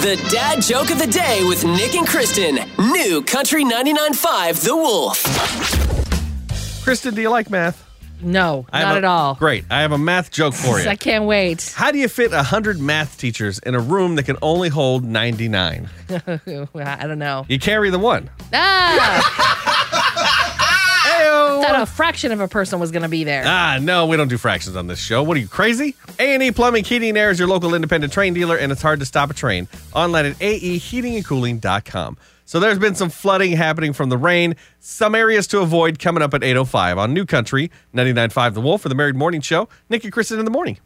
The dad joke of the day with Nick and Kristen. New Country 99.5 The Wolf. Kristen, do you like math? No, I have not a- at all. Great. I have a math joke for you. I can't wait. How do you fit 100 math teachers in a room that can only hold 99? I don't know. You carry the one. Ah, Ayo! thought a fraction of a person was going to be there. Ah, no, we don't do fractions on this show. What are you, crazy? A&E Plumbing, Heating and Air is your local independent train dealer, and it's hard to stop a train. Online at E aeheatingandcooling.com. So there's been some flooding happening from the rain. Some areas to oh avoid coming up at 8.05 on New Country, 99.5 The Wolf for the Married Morning Show. Nick and Kristen in the morning.